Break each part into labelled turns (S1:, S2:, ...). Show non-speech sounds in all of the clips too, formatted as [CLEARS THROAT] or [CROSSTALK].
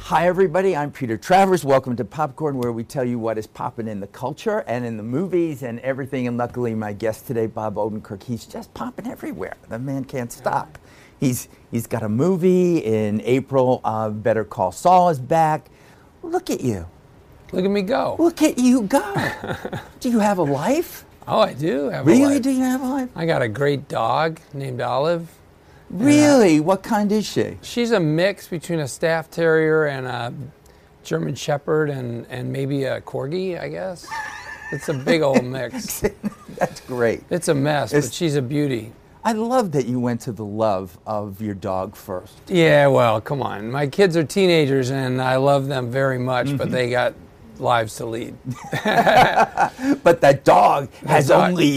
S1: Hi, everybody. I'm Peter Travers. Welcome to Popcorn, where we tell you what is popping in the culture and in the movies and everything. And luckily, my guest today, Bob Odenkirk, he's just popping everywhere. The man can't stop. He's he's got a movie in April. Uh, Better Call Saul is back. Look at you.
S2: Look at me go.
S1: Look at you go. do you have a life?
S2: Oh, I do have a
S1: Really?
S2: life.
S1: Do you have a life?
S2: I got a great dog named Olive.
S1: Really? What kind is she?
S2: She's a mix between a staff terrier and a German shepherd and, and maybe a corgi, I guess. It's a
S1: [LAUGHS]
S2: big old mix.
S1: That's great.
S2: It's a mess,
S1: It's-
S2: but she's a beauty.
S1: I love that you went to the love of your dog first.
S2: Yeah, well, come on. My kids are teenagers and I love them very much,
S1: Mm-hmm.
S2: but they got lives to lead.
S1: But that dog has
S2: dog.
S1: only you. [LAUGHS]
S2: [LAUGHS]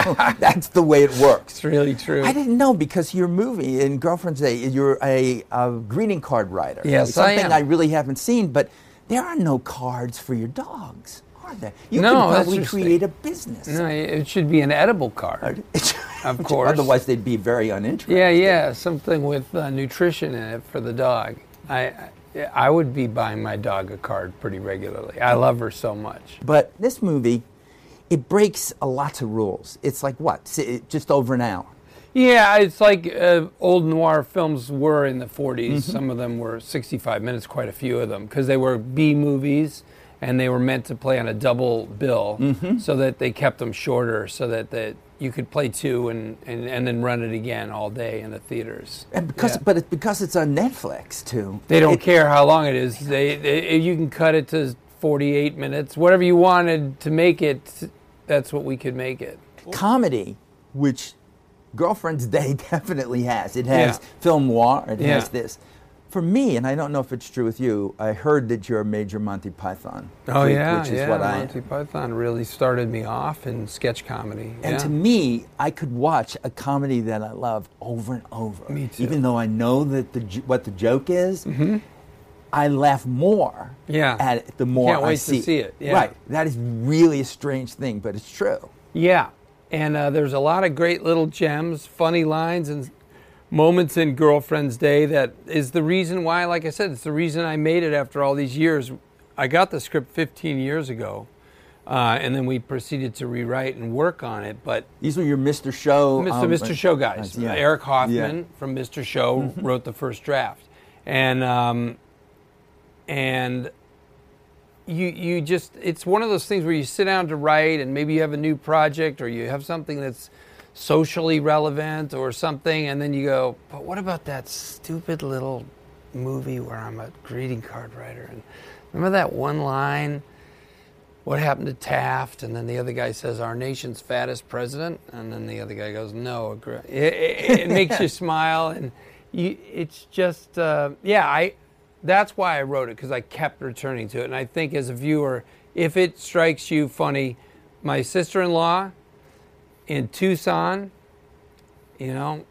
S1: That's the way it works.
S2: It's really true.
S1: I didn't know because your movie in Girlfriend's Day, you're a, a greeting card writer.
S2: Yes, I
S1: something
S2: am.
S1: I really haven't seen. But there are no cards for your dogs, are there? You
S2: No,
S1: could
S2: that's
S1: probably
S2: just-
S1: create a business. [LAUGHS]
S2: No, it should be an edible card. Of course.
S1: Otherwise, they'd be very uninteresting.
S2: Yeah, yeah, something with uh, nutrition in it for the dog. I, I I would be buying my dog a card pretty regularly. I love her so much.
S1: But this movie, it breaks a lot of rules. It's like what? Si- Just over an hour.
S2: Yeah, it's like uh, old noir films were in the 40s.
S1: Mm-hmm.
S2: Some of them were 65 minutes, quite a few of them, because they were B movies and they were meant to play on a double bill
S1: Mm-hmm.
S2: so that they kept them shorter so that, that you could play two and, and, and then run it again all day in the theaters.
S1: And because,
S2: Yeah.
S1: but it's because it's on Netflix too.
S2: They don't
S1: It-
S2: care how long it is. They, they you can cut it to 48 minutes, whatever you wanted to make it. That's what we could make it.
S1: comedy, which Girlfriend's [LAUGHS] Day definitely has. It has
S2: Yeah.
S1: film noir. It
S2: Yeah.
S1: has this. For me, and I don't know if it's true with you, I heard that you're a major Monty Python. freak, which is what I am.
S2: Oh, Monty Python really started me off in sketch comedy.
S1: And
S2: yeah.
S1: to me, I could watch a comedy that I love over and over.
S2: Me too. Mm-hmm.
S1: Even though I know that the j- what the joke is, I laugh more.
S2: Yeah.
S1: At it the more
S2: Can't
S1: I
S2: wait to
S1: see.
S2: see it, yeah.
S1: Right. That is really a strange thing, but it's true.
S2: Yeah, and uh, there's a lot of great little gems, funny lines, and moments in Girlfriend's Day that is the reason why, like I said, it's the reason I made it after all these years. I got the script 15 years ago, uh, and then we proceeded to rewrite and work on it. But
S1: These were your Mr. Show.
S2: Mr.
S1: um,
S2: Mr. Show guys,
S1: yeah.
S2: Eric
S1: Yeah. Mm-hmm.
S2: Hoffman from Mr. Show wrote the first draft, and um, and you you just it's one of those things where you sit down to write and maybe you have a new project or you have something that's socially relevant or something and then you go but what about that stupid little movie where I'm a greeting card writer and remember that one line what happened to Taft and then the other guy says our nation's fattest president and then the other guy goes no a gr-" it, it, it makes you smile and you, it's just uh, yeah I that's why I wrote it because I kept returning to it. And I think as a viewer, if it strikes you funny, my sister in law in Tucson, you know,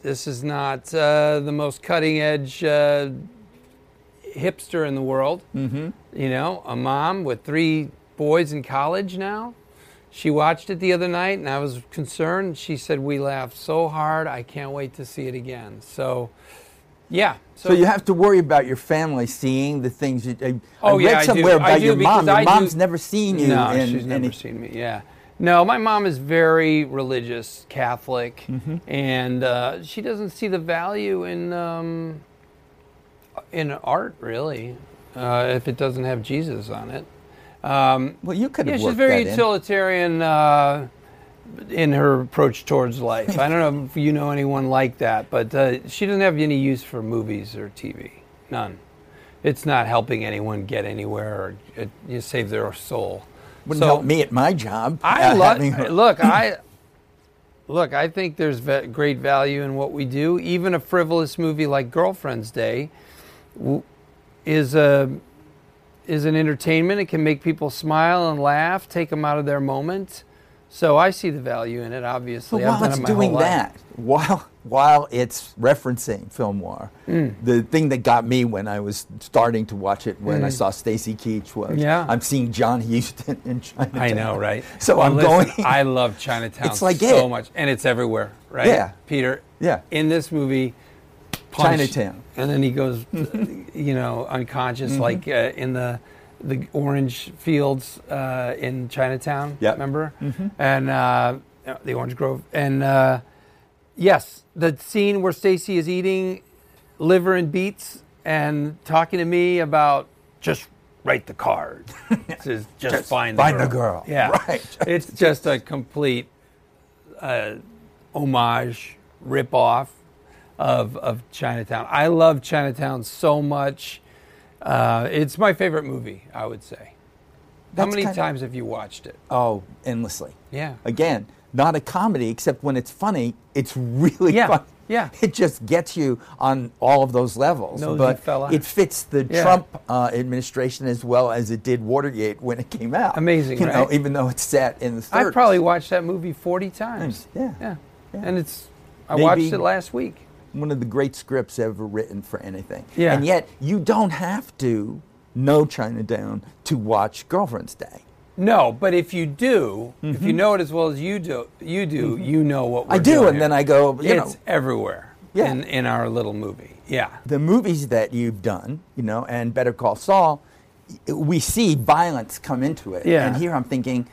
S2: this is not uh, the most cutting edge uh, hipster in the world. Mm-hmm. You know, a mom with three boys in college now. She watched it the other night and I was concerned. She said, We laughed so hard, I can't wait to see it again. So, yeah.
S1: So you have to worry about your family seeing the things you. I, I
S2: Oh,
S1: read
S2: yeah, I do.
S1: somewhere
S2: I
S1: about
S2: do
S1: your mom.
S2: because
S1: Your
S2: I do-
S1: mom's never seen you.
S2: No,
S1: in
S2: she's never
S1: any-
S2: seen me. Yeah, no, my mom is very religious, Catholic,
S1: Mm-hmm.
S2: and uh, she doesn't see the value in um, in art really uh, if it doesn't have Jesus on it. Um,
S1: Well, you could
S2: yeah,
S1: have
S2: she's
S1: worked
S2: very
S1: that in.
S2: utilitarian uh, in her approach towards life. I don't know if you know anyone like that, but uh, she doesn't have any use for movies or TV. None. It's not helping anyone get anywhere or uh, you save their soul.
S1: Wouldn't
S2: So-
S1: help me at my job. [LAUGHS]
S2: I
S1: uh,
S2: love.
S1: having her- [CLEARS THROAT]
S2: Look, I look. I think there's ve- great value in what we do. Even a frivolous movie like Girlfriend's Day w- is a is an entertainment. It can make people smile and laugh, take them out of their moment. So I see the value in it.
S1: But
S2: Obviously, I've
S1: while
S2: done
S1: it's
S2: it my
S1: doing
S2: whole life.
S1: that, while while it's referencing film noir,
S2: Mm.
S1: the thing that got me when I was starting to watch it, when I saw Stacy Keach, was
S2: Mm. Yeah.
S1: I'm seeing John Huston [LAUGHS] in Chinatown.
S2: I know, right?
S1: So
S2: Well,
S1: I'm
S2: listen,
S1: going.
S2: I love
S1: [LAUGHS]
S2: Chinatown
S1: It's like
S2: so
S1: it.
S2: much, and it's everywhere, right?
S1: Yeah.
S2: Peter.
S1: Yeah.
S2: In this movie, punched.
S1: Chinatown. Mm-hmm.
S2: and then he goes,
S1: [LAUGHS]
S2: you know, unconscious, like uh, in the the orange fields uh, in Chinatown.
S1: Yep. Mm-hmm.
S2: remember? And uh, the orange grove. And uh, yes, the scene where Stacy is eating liver and beets and talking to me about just write the card.
S1: [LAUGHS]
S2: It says, just, find the
S1: find
S2: girl.
S1: the girl.
S2: Yeah,
S1: [LAUGHS] Right.
S2: It's just a complete uh, homage ripoff of of Chinatown. I love Chinatown so much. Uh, it's my favorite movie. I would say. How
S1: That's
S2: many
S1: kind of-
S2: times have you watched it?
S1: Oh, endlessly.
S2: Yeah.
S1: Again, not a comedy, except when it's funny, it's really
S2: Yeah,
S1: funny.
S2: yeah.
S1: [LAUGHS] It just gets you on all of those levels.
S2: Nosy
S1: but
S2: fella.
S1: it fits the
S2: Yeah.
S1: Trump uh, administration as well as it did Watergate when it came out.
S2: Amazing,
S1: [LAUGHS] you know,
S2: right?
S1: even though it's set in the 30s.
S2: I probably watched that movie forty times.
S1: Yeah.
S2: Yeah.
S1: Yeah.
S2: And it's. I
S1: Maybe-
S2: watched it last week.
S1: one of the great scripts ever written for anything.
S2: Yeah.
S1: And yet, you don't have to know Chinatown to watch Girlfriend's Day.
S2: No, but if you do, if you know it as well as you do, you do, you know what we're
S1: Mm-hmm. I do,
S2: doing
S1: and then I go, you
S2: it's
S1: know,
S2: everywhere
S1: Yeah.
S2: in, in our little movie. Yeah.
S1: the movies that you've done, you know, and Better Call Saul, y- we see violence come into it.
S2: Yeah.
S1: And here I'm thinking,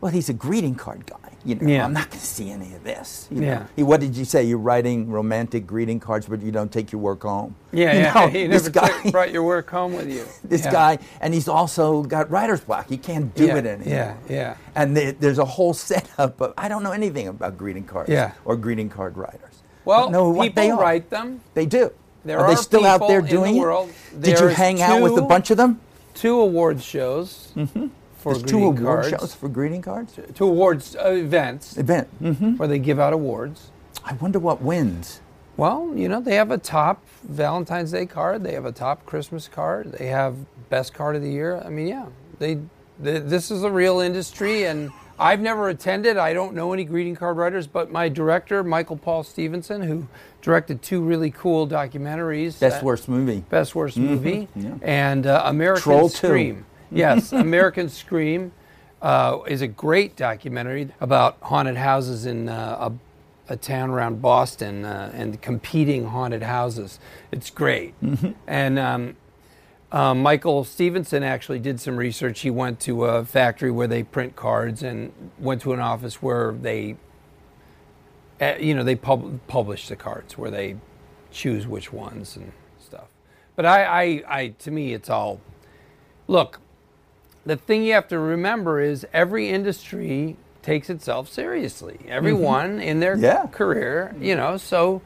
S1: well, he's a greeting card guy. You know,
S2: Yeah.
S1: I'm not going to see any of this. you know.
S2: Yeah.
S1: He- What did you say? You're writing romantic greeting cards, but you don't take your work home.
S2: Yeah,
S1: [LAUGHS] You
S2: yeah. [LAUGHS]
S1: know,
S2: you
S1: this
S2: never
S1: guy,
S2: took- brought your work home with you.
S1: [LAUGHS] this
S2: Yeah.
S1: guy, and he's also got writer's block. He can't do
S2: Yeah,
S1: it anymore.
S2: yeah, yeah.
S1: And the- there's a whole setup of I don't know anything about greeting cards
S2: Yeah.
S1: or greeting card writers.
S2: Well,
S1: Don't know what
S2: people
S1: they are.
S2: write them.
S1: They do.
S2: There
S1: are they
S2: are
S1: still out
S2: people
S1: there
S2: in the
S1: doing it?
S2: world.
S1: Did you
S2: There's
S1: hang out with a
S2: two-
S1: bunch of them?
S2: Two awards shows for
S1: Mm-hmm. There's two
S2: greeting
S1: award
S2: cards.
S1: shows for greeting cards.
S2: Two awards uh, events
S1: Event. hmm
S2: where they give out awards.
S1: I wonder what wins.
S2: Well, you know, they have a top Valentine's Day card. They have a top Christmas card. They have best card of the year. I mean, yeah, they. th this is a real industry, and I've never attended. I don't know any greeting card writers, but my director, Michael Paul Stevenson, who directed two really cool documentaries.
S1: Best
S2: that-
S1: worst movie.
S2: Best Worst Movie, and uh, American
S1: Troll 2.
S2: Scream. Yes, American Scream uh, is a great documentary about haunted houses in uh, a, a town around Boston uh, and competing haunted houses. It's great. And um, uh, Michael Stevenson actually did some research. He went to a factory where they print cards and went to an office where they uh, you know, they pub- publish the cards where they choose which ones and stuff. But I, I, I, to me, it's all. Look, the thing you have to remember is every industry takes itself seriously. Everyone in their
S1: Mm-hmm. Yeah.
S2: career, you know, so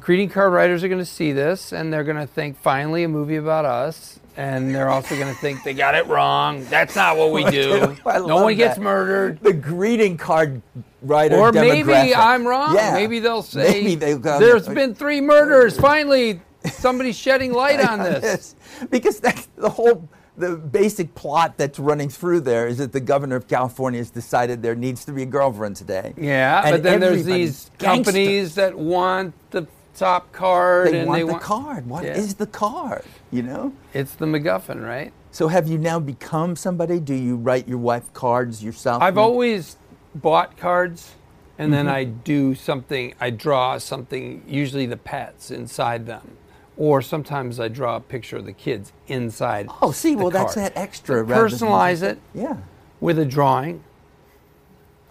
S2: greeting card writers are going to see this and they're going to think finally a movie about us and they're also going to think they got it wrong that's not what we do
S1: [LAUGHS] I
S2: no
S1: love
S2: one gets
S1: that.
S2: murdered
S1: The greeting card writer.
S2: or maybe
S1: demographic.
S2: I'm wrong.
S1: Yeah.
S2: Maybe they'll say
S1: Maybe they'll go-
S2: there's been three murders. Finally, somebody's
S1: [LAUGHS]
S2: shedding light on this.
S1: because that's the whole the basic plot that's running through there is that the governor of California has decided there needs to be a girlfriend's day.
S2: Yeah, but
S1: And
S2: then there's
S1: everybody's
S2: these
S1: gangster.
S2: companies that want the top card
S1: They
S2: and
S1: want
S2: they
S1: the
S2: want
S1: card. What is
S2: Yeah.
S1: the card? You know.
S2: It's the MacGuffin, right?
S1: So have you now become somebody? Do you write your wife cards yourself?
S2: I've
S1: now?
S2: always bought cards, and
S1: Mm-hmm.
S2: then I do something. I draw something, usually the pets inside them, or sometimes I draw a picture of the kids inside.
S1: Oh, see,
S2: the
S1: well, that's
S2: card.
S1: that extra. rather than-
S2: Personalize it.
S1: Yeah.
S2: with a drawing,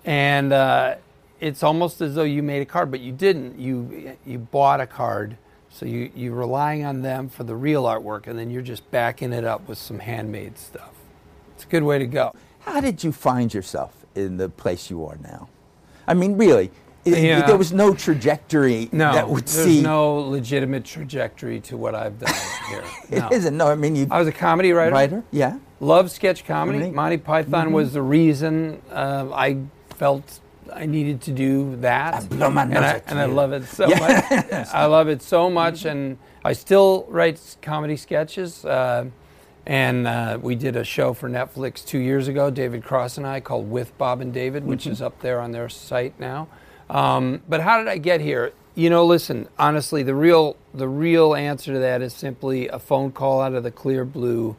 S2: and uh, it's almost as though you made a card, but you didn't. You you bought a card, so you you're relying on them for the real artwork, and then you're just backing it up with some handmade stuff. It's a good way to go.
S1: How did you find yourself in the place you are now? I mean, really, i-
S2: Yeah.
S1: there was no trajectory
S2: No,
S1: that would
S2: there's
S1: see.
S2: no legitimate trajectory to what I've done [LAUGHS] here.
S1: It
S2: No.
S1: not No, I mean, you
S2: I was a comedy writer.
S1: writer. Yeah.
S2: Love sketch comedy.
S1: Comedy.
S2: Monty Python
S1: Mm-hmm.
S2: was the reason uh, I felt I needed to do that.
S1: I blow my
S2: and
S1: nose
S2: I,
S1: at
S2: and I
S1: you.
S2: love it
S1: [LAUGHS]
S2: so
S1: Yeah.
S2: much. I love it so much, and I still write s- comedy sketches. Uh, and uh, we did a show for Netflix two years ago, David Cross and I, called With Bob and David, which
S1: Mm-hmm.
S2: is up there on their site now. Um, but how did I get here? You know, listen, honestly, the real the real answer to that is simply a phone call out of the clear blue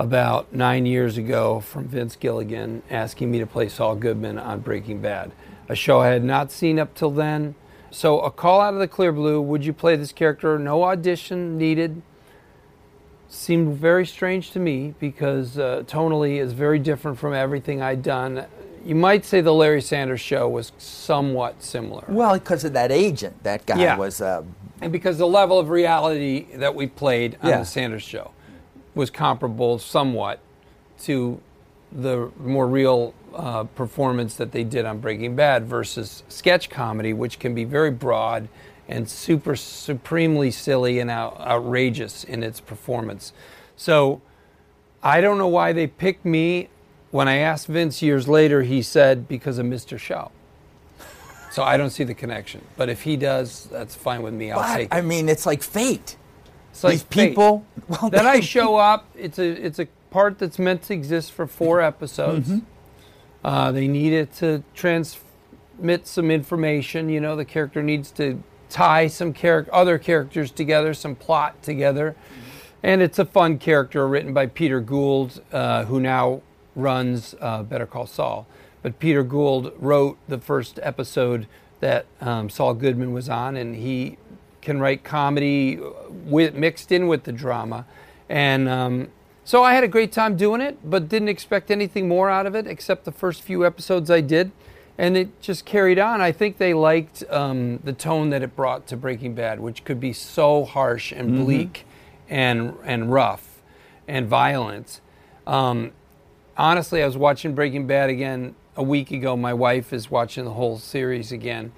S2: about nine years ago from Vince Gilligan asking me to play Saul Goodman on Breaking Bad, a show I had not seen up till then. So a call out of the clear blue. Would you play this character? No audition needed. Seemed very strange to me because uh, tonally is very different from everything I'd done. You might say the Larry Sanders Show was somewhat similar,
S1: Well, because of that agent, that guy
S2: Yeah.
S1: was. Uh,
S2: and because the level of reality that we played on
S1: Yeah.
S2: the Sanders Show was comparable somewhat to the more real uh, performance that they did on Breaking Bad versus sketch comedy, which can be very broad and super supremely silly and out, outrageous in its performance. So I don't know why they picked me. When I asked Vince years later, he said because of Mr. Show. So I don't see the connection. But if he does, that's fine with me. I'll
S1: but,
S2: take it.
S1: I mean, it's like fate.
S2: It's like
S1: These
S2: fate.
S1: people. [LAUGHS] Well,
S2: then I show up. It's a it's a part that's meant to exist for four episodes.
S1: Mm-hmm.
S2: Uh, they need it to transmit some information. You know, the character needs to tie some charac- other characters together, some plot together.
S1: Mm-hmm.
S2: And it's a fun character written by Peter Gould, uh, who now runs uh, Better Call Saul. But Peter Gould wrote the first episode that um, Saul Goodman was on, and he can write comedy uh, with, mixed in with the drama. And um, so I had a great time doing it, but didn't expect anything more out of it except the first few episodes I did. And it just carried on. I think they liked um, the tone that it brought to Breaking Bad, which could be so harsh and bleak and, and rough and violent. Um, honestly, I was watching Breaking Bad again a week ago. My wife is watching the whole series again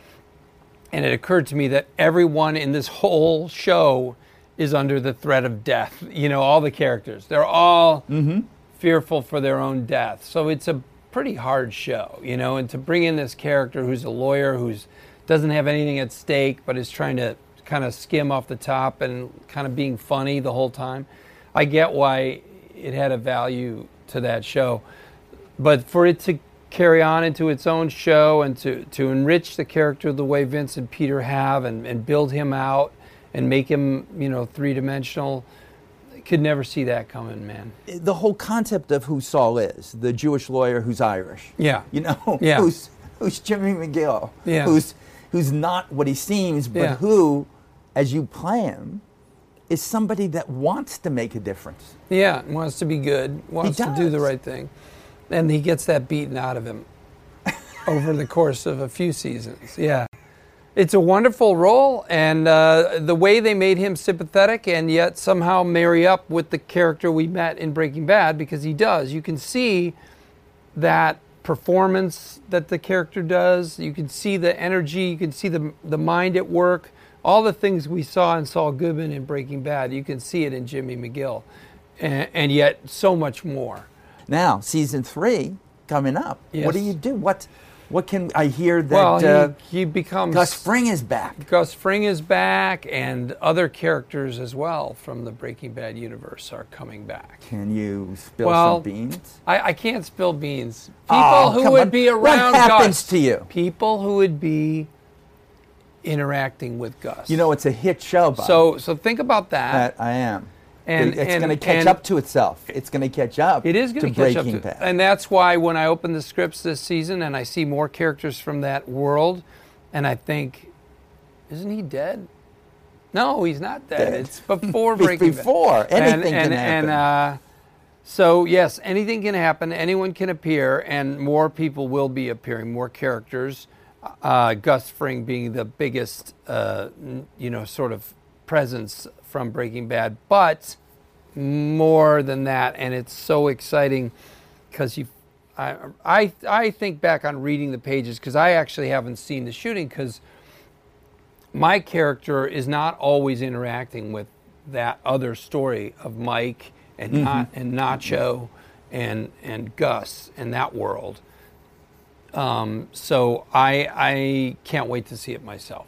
S2: and it occurred to me that everyone in this whole show is under the threat of death. You know, all the characters. They're all fearful for their own death. So it's a pretty hard show, you know, and to bring in this character who's a lawyer who's doesn't have anything at stake but is trying to kind of skim off the top and kind of being funny the whole time. I get why it had a value to that show but for it to carry on into its own show and to, to enrich the character the way Vince and Peter have and, and build him out and make him, you know, three dimensional, could never see that coming, man.
S1: the whole concept of who Saul is, the Jewish lawyer who's Irish.
S2: Yeah.
S1: You know, [LAUGHS]
S2: Yeah.
S1: who's who's Jimmy McGill.
S2: Yeah.
S1: Who's who's not what he seems, but
S2: Yeah.
S1: who, as you play him, is somebody that wants to make a difference.
S2: Yeah, wants to be good, wants to do the
S1: does.
S2: right thing. And he gets that beaten out of him over the course of a few seasons. Yeah. It's a wonderful role, and uh, the way they made him sympathetic and yet somehow marry up with the character we met in Breaking Bad, because he does. You can see that performance that the character does. You can see the energy. You can see the the mind at work. All the things we saw in Saul Goodman in Breaking Bad, you can see it in Jimmy McGill, and, and yet so much more.
S1: Now, season three coming up. What do
S2: Yes.
S1: you do? What what can I hear that
S2: Well,
S1: uh,
S2: he, he becomes
S1: Gus Fring is back?
S2: Gus Fring is back, and other characters as well from the Breaking Bad universe are coming back.
S1: Can you spill
S2: Well,
S1: some beans?
S2: I, I can't spill beans. People
S1: Oh,
S2: who
S1: come
S2: would
S1: on.
S2: be
S1: What
S2: around
S1: happens
S2: Gus.
S1: to you?
S2: People who would be interacting with Gus.
S1: You know, it's a hit show, Bob.
S2: So so think about that.
S1: That I am.
S2: And-
S1: it's
S2: and-
S1: going to catch
S2: and-
S1: up to itself. It's going to catch up.
S2: it is going
S1: to
S2: to catch up
S1: Breaking
S2: to,
S1: Bad.
S2: and that's why when I open the scripts this season and I see more characters from that world, and I think, isn't he dead? No, he's not dead.
S1: Dead. [LAUGHS]
S2: It's before
S1: Be-
S2: Breaking Bad.
S1: before. Anything
S2: and,
S1: can
S2: and,
S1: happen.
S2: And, uh, so yes, anything can happen. Anyone can appear, and more people will be appearing. More characters. Uh, Gus Fring being the biggest, uh, n- you know, sort of presence from Breaking Bad, but more than that, and it's so exciting because you. I, I I think back on reading the pages because I actually haven't seen the shooting because my character is not always interacting with that other story of Mike and
S1: Mm-hmm.
S2: Na- and Nacho and and Gus and that world. Um, so I I can't wait to see it myself.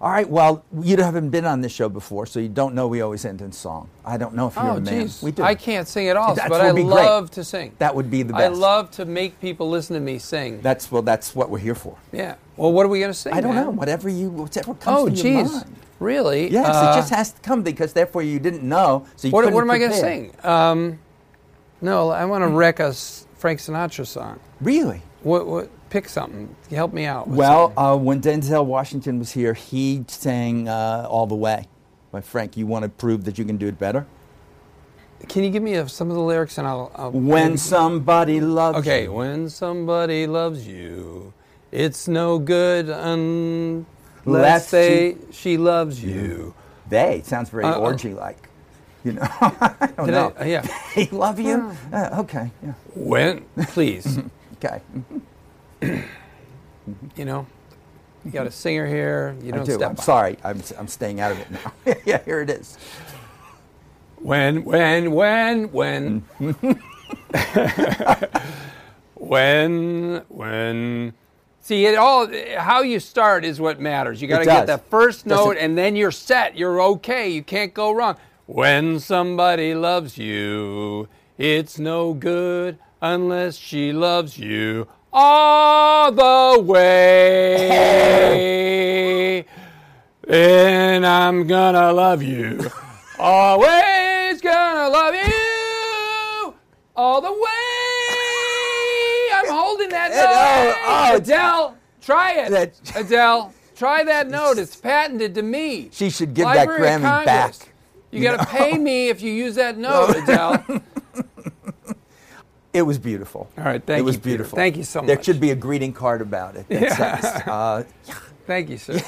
S1: All right. Well, you haven't been on this show before, so you don't know we always end in song. I don't know if you're a man.
S2: Oh, jeez.
S1: We do.
S2: I can't sing at all,
S1: That
S2: but
S1: would
S2: I
S1: be great.
S2: love to sing.
S1: That would be the
S2: I
S1: best.
S2: love to make people listen to me sing.
S1: That's well. That's what we're here for.
S2: yeah. Well, what are we gonna sing?
S1: I don't
S2: man?
S1: know. Whatever you, whatever comes
S2: Oh,
S1: to your
S2: jeez.
S1: mind.
S2: Really?
S1: Yes,
S2: Uh,
S1: it just has to come because therefore you didn't know. So you
S2: What,
S1: couldn't Mm-hmm.
S2: what am I going to
S1: prepare.
S2: sing? Um, no, I want to wreck a s- Frank Sinatra song.
S1: Really?
S2: What? What? pick something. Help me out. with
S1: Well, uh, when Denzel Washington was here, he sang uh, All the Way by Frank. You want to prove that you can do it better?
S2: something. can you give me a, some of the lyrics and I'll. I'll
S1: When somebody loves
S2: Okay,
S1: you.
S2: when somebody loves you, it's no good unless
S1: Let's
S2: say she loves you.
S1: They sounds very
S2: Uh, uh.
S1: orgy like. You know, [LAUGHS] I don't
S2: Did I-
S1: know.
S2: uh, yeah.
S1: They love you?
S2: Oh.
S1: Uh, okay, yeah,
S2: When,
S1: [LAUGHS]
S2: please,
S1: okay.
S2: you know, you got a singer here. You
S1: I
S2: don't
S1: do.
S2: step
S1: I'm
S2: by.
S1: sorry. I'm, I'm staying out of it now. [LAUGHS] yeah, here it is.
S2: When, when, when, when. [LAUGHS] when, when. See, it all, how you start is what matters. You got to
S1: does.
S2: get that first
S1: Doesn't-
S2: note and then you're set. You're okay. You can't go wrong. When somebody loves you, it's no good unless she loves you all the way. And I'm gonna love you. Always gonna love you all the way. I'm holding that note.
S1: oh, oh,
S2: Adele, try it.
S1: That- [LAUGHS]
S2: Adele, try that note. It's patented to me.
S1: She should give
S2: Library
S1: that Grammy
S2: of Congress.
S1: back.
S2: You, gotta pay me if you use that
S1: [LAUGHS]
S2: note, Adele.
S1: It was beautiful.
S2: All right, thank
S1: It was
S2: you, Peter.
S1: beautiful.
S2: Thank you so
S1: There
S2: much. [LAUGHS]
S1: should be a greeting card about it. That
S2: Yeah.
S1: says, uh,
S2: Thank you, sir.